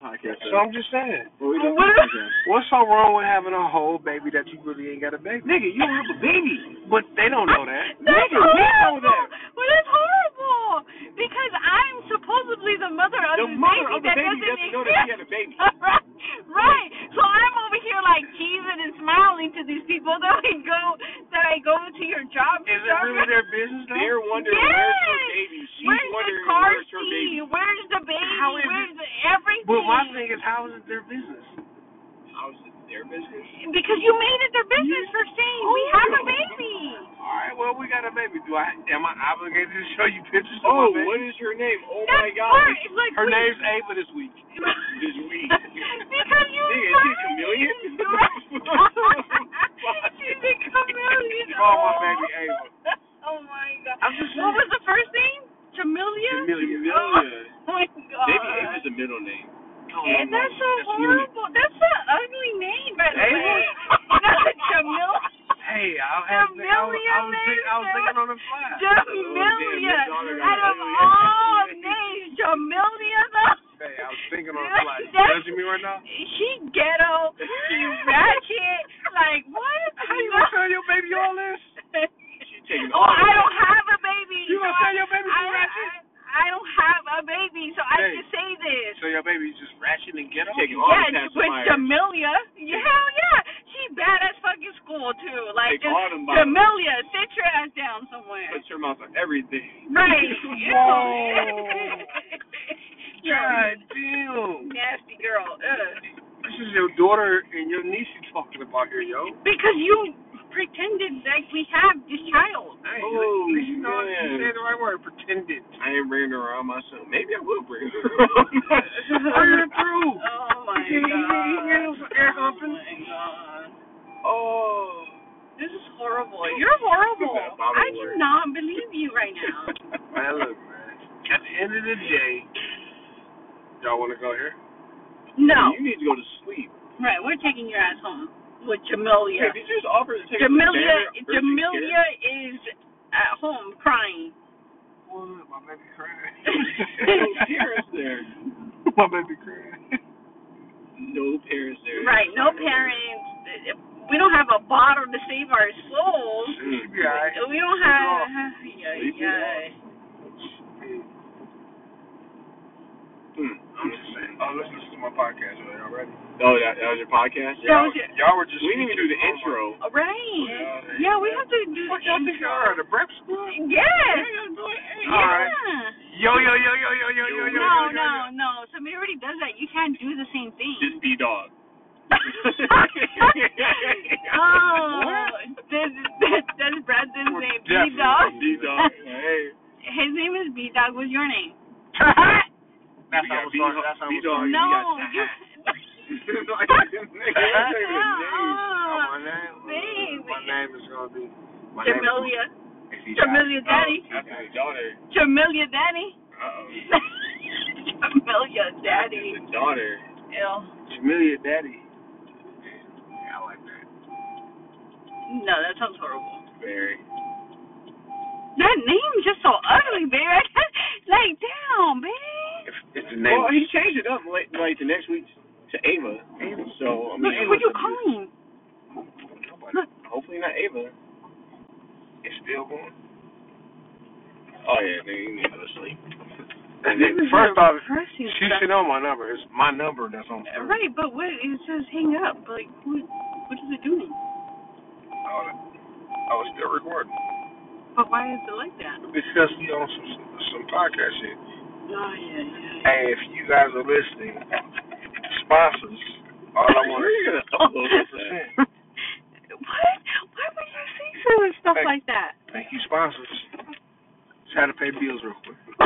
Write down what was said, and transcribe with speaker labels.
Speaker 1: podcast.
Speaker 2: So I'm just saying.
Speaker 1: Well, we don't
Speaker 2: What?
Speaker 1: do podcasts.
Speaker 2: What's so wrong with having a whole baby that you really ain't got a baby? Nigga, you have a baby, but they don't know that.
Speaker 3: That's
Speaker 2: Nigga, we know
Speaker 3: horrible.
Speaker 2: that.
Speaker 3: Well, that's horrible because I'm supposedly the mother of
Speaker 1: The
Speaker 3: this
Speaker 1: mother
Speaker 3: baby
Speaker 1: of the
Speaker 3: that
Speaker 1: baby
Speaker 3: doesn't Oh,
Speaker 1: doesn't
Speaker 3: exist.
Speaker 1: know that she had a baby.
Speaker 3: right, right. So I'm over here like cheesing and smiling to these people that I go that I go to your job.
Speaker 2: Is it really their business though?
Speaker 1: They're wondering
Speaker 3: Yes.
Speaker 1: where's her baby. She's
Speaker 3: where's the
Speaker 1: wondering
Speaker 3: car
Speaker 1: where's her baby.
Speaker 3: seat? Where's the baby?
Speaker 2: How is it-
Speaker 3: Where's the everything?
Speaker 2: but my thing is, how is it their business?
Speaker 1: How's it their business?
Speaker 3: because you made it their business for saying we have
Speaker 1: Oh,
Speaker 3: a baby.
Speaker 2: All right, well, we got a baby. Do I? Am I obligated to show you pictures of
Speaker 1: Oh,
Speaker 2: my baby?
Speaker 1: what is her name? Oh
Speaker 3: That's
Speaker 1: my God.
Speaker 3: part- it's like
Speaker 2: Her
Speaker 3: we-
Speaker 2: name's Ava this week.
Speaker 1: This week.
Speaker 3: because you
Speaker 1: Nigga, is she
Speaker 3: suck.
Speaker 1: a chameleon?
Speaker 3: She's a chameleon.
Speaker 2: Call my baby Ava.
Speaker 3: Oh my god.
Speaker 2: I'm just
Speaker 3: What
Speaker 2: saying.
Speaker 3: was the first name? Chameleon?
Speaker 2: Chameleon.
Speaker 3: Oh my god.
Speaker 1: Maybe Ava's a middle name.
Speaker 3: And Oh, that's so
Speaker 2: That's Munich.
Speaker 3: horrible. That's an ugly name, by the
Speaker 2: Ava?
Speaker 3: way. Not chameleon.
Speaker 2: Hey, I, had to think- I, was, I, was think, I was thinking on the fly. Oh,
Speaker 3: Jamelia.
Speaker 1: daughter got
Speaker 3: Out of
Speaker 1: ugly.
Speaker 3: all names, Jamelia though.
Speaker 2: Hey, I was thinking on the fly. You
Speaker 3: That's-
Speaker 2: judging me right now?
Speaker 3: She ghetto. She ratchet. Like what?
Speaker 2: How you gonna tell your baby all this?
Speaker 1: She taking
Speaker 3: oh,
Speaker 1: all
Speaker 3: I
Speaker 1: that.
Speaker 3: don't have a baby.
Speaker 2: You gonna
Speaker 3: so
Speaker 2: tell your baby
Speaker 3: I,
Speaker 2: she
Speaker 3: I,
Speaker 2: ratchet?
Speaker 3: I, I don't have a baby, so I
Speaker 2: Hey.
Speaker 3: can say this.
Speaker 2: So your baby's just ratchet and ghetto?
Speaker 1: Taking all
Speaker 3: Yeah,
Speaker 1: the
Speaker 3: she with
Speaker 1: pacifiers.
Speaker 3: Jamelia. Yeah, hell yeah. She bad as fucking school too. Like
Speaker 1: Take
Speaker 3: just
Speaker 1: all them bottles.
Speaker 3: Jamelia, sit your ass down somewhere.
Speaker 1: Puts her mouth on everything.
Speaker 3: Right. Ew.
Speaker 2: Whoa.
Speaker 3: Yeah,
Speaker 2: God damn.
Speaker 3: Nasty girl. Ugh.
Speaker 2: This is your daughter and your niece you talking about here, yo.
Speaker 3: Because you pretended like we have this child.
Speaker 2: Hey,
Speaker 1: Oh,
Speaker 2: at least you know
Speaker 1: man.
Speaker 2: you said the right word, pretended.
Speaker 1: I ain't bringing her around myself. Maybe I will bring her around.
Speaker 2: Bring her through.
Speaker 3: Oh my
Speaker 2: He- he- he
Speaker 3: god.
Speaker 2: handles air humping.
Speaker 3: Oh my god.
Speaker 1: Oh.
Speaker 3: This is horrible. You're horrible.
Speaker 1: That's not
Speaker 3: I
Speaker 1: a word.
Speaker 3: cannot believe you right now.
Speaker 2: Man, look, man. At the end of the day, y'all want to go here?
Speaker 3: No.
Speaker 1: You need to go to sleep.
Speaker 3: Right, we're taking your ass home with
Speaker 1: Hey,
Speaker 3: Jamelia.
Speaker 1: did you just offer to take her to
Speaker 3: Jamelia
Speaker 1: urgent care?
Speaker 3: Jamelia is at home crying.
Speaker 2: Well, look, my baby
Speaker 1: No
Speaker 2: crying.
Speaker 1: parents there.
Speaker 2: my baby crying.
Speaker 1: No parents there.
Speaker 3: Right, no parents. We don't have a bottle to save our souls.
Speaker 1: Mm.
Speaker 2: She be all right.
Speaker 3: We don't have. Yeah, yeah.
Speaker 1: Hmm.
Speaker 2: I'm just saying. Oh, let's listen to my podcast. Are y'all ready?
Speaker 1: Oh, that, that was your podcast?
Speaker 3: That was it.
Speaker 2: Y'all were just.
Speaker 1: We didn't even do the
Speaker 2: Oh my-
Speaker 1: intro.
Speaker 3: Right. Yeah, we have to do.
Speaker 2: What y'all think y'all are the prep school?
Speaker 3: Yes.
Speaker 2: Alright.
Speaker 3: Yeah.
Speaker 2: Yo yo yo yo yo yo yo yo. yo, yo,
Speaker 3: No, no, no. Somebody already does that. You can't do the same thing.
Speaker 1: Just be dog.
Speaker 3: oh, does, does, does Brandon's
Speaker 2: Well,
Speaker 3: name B
Speaker 2: definitely
Speaker 3: Dog?
Speaker 1: Be dog. Hey.
Speaker 3: His name is B Dog. What's your name?
Speaker 2: That's
Speaker 1: We
Speaker 2: how
Speaker 1: got
Speaker 2: we started. That's how we
Speaker 1: B-Dog.
Speaker 2: started.
Speaker 1: you
Speaker 3: no,
Speaker 1: got-
Speaker 3: you.
Speaker 1: Like, nigga,
Speaker 2: Oh, my
Speaker 3: Uh-uh.
Speaker 2: name. My
Speaker 3: Baby.
Speaker 2: name is gonna be. My name is-
Speaker 3: Jamelia.
Speaker 2: if he
Speaker 1: Oh.
Speaker 2: dies.
Speaker 3: Jamelia Daddy.
Speaker 1: That's his daughter.
Speaker 3: Jamelia Daddy.
Speaker 1: Uh-oh.
Speaker 3: Jamelia
Speaker 1: It's
Speaker 3: Daddy.
Speaker 1: a daughter.
Speaker 3: Ew.
Speaker 2: Jamelia Daddy. Yeah, I like that.
Speaker 3: No, that sounds horrible.
Speaker 1: Very.
Speaker 3: That name's just so ugly, babe. I can't, like, damn, babe.
Speaker 2: If it's the name.
Speaker 1: Well, he changed it up like, like the next week to Ava. So, I mean,
Speaker 3: Look,
Speaker 1: Ava's
Speaker 3: who you
Speaker 1: a-
Speaker 3: calling?
Speaker 1: Hopefully not Ava.
Speaker 2: It's still going.
Speaker 1: Oh, yeah, nigga, you need to go to sleep.
Speaker 2: First off, she
Speaker 3: Pressing stuff.
Speaker 2: should know my number. It's my number that's on.
Speaker 3: Uh, Right, but what it says hang up. Like what what is it doing?
Speaker 2: I was still recording.
Speaker 3: But why is it like that?
Speaker 2: Because we on some some podcast shit.
Speaker 3: Oh yeah, yeah. yeah.
Speaker 2: Hey, if you guys are listening, sponsors, all I want
Speaker 1: Where
Speaker 2: is
Speaker 1: you gonna upload this at?
Speaker 2: percent.
Speaker 3: What? Why would you say some stuff
Speaker 2: Hey.
Speaker 3: like that?
Speaker 2: Thank you, sponsors. Just had to pay bills real quick.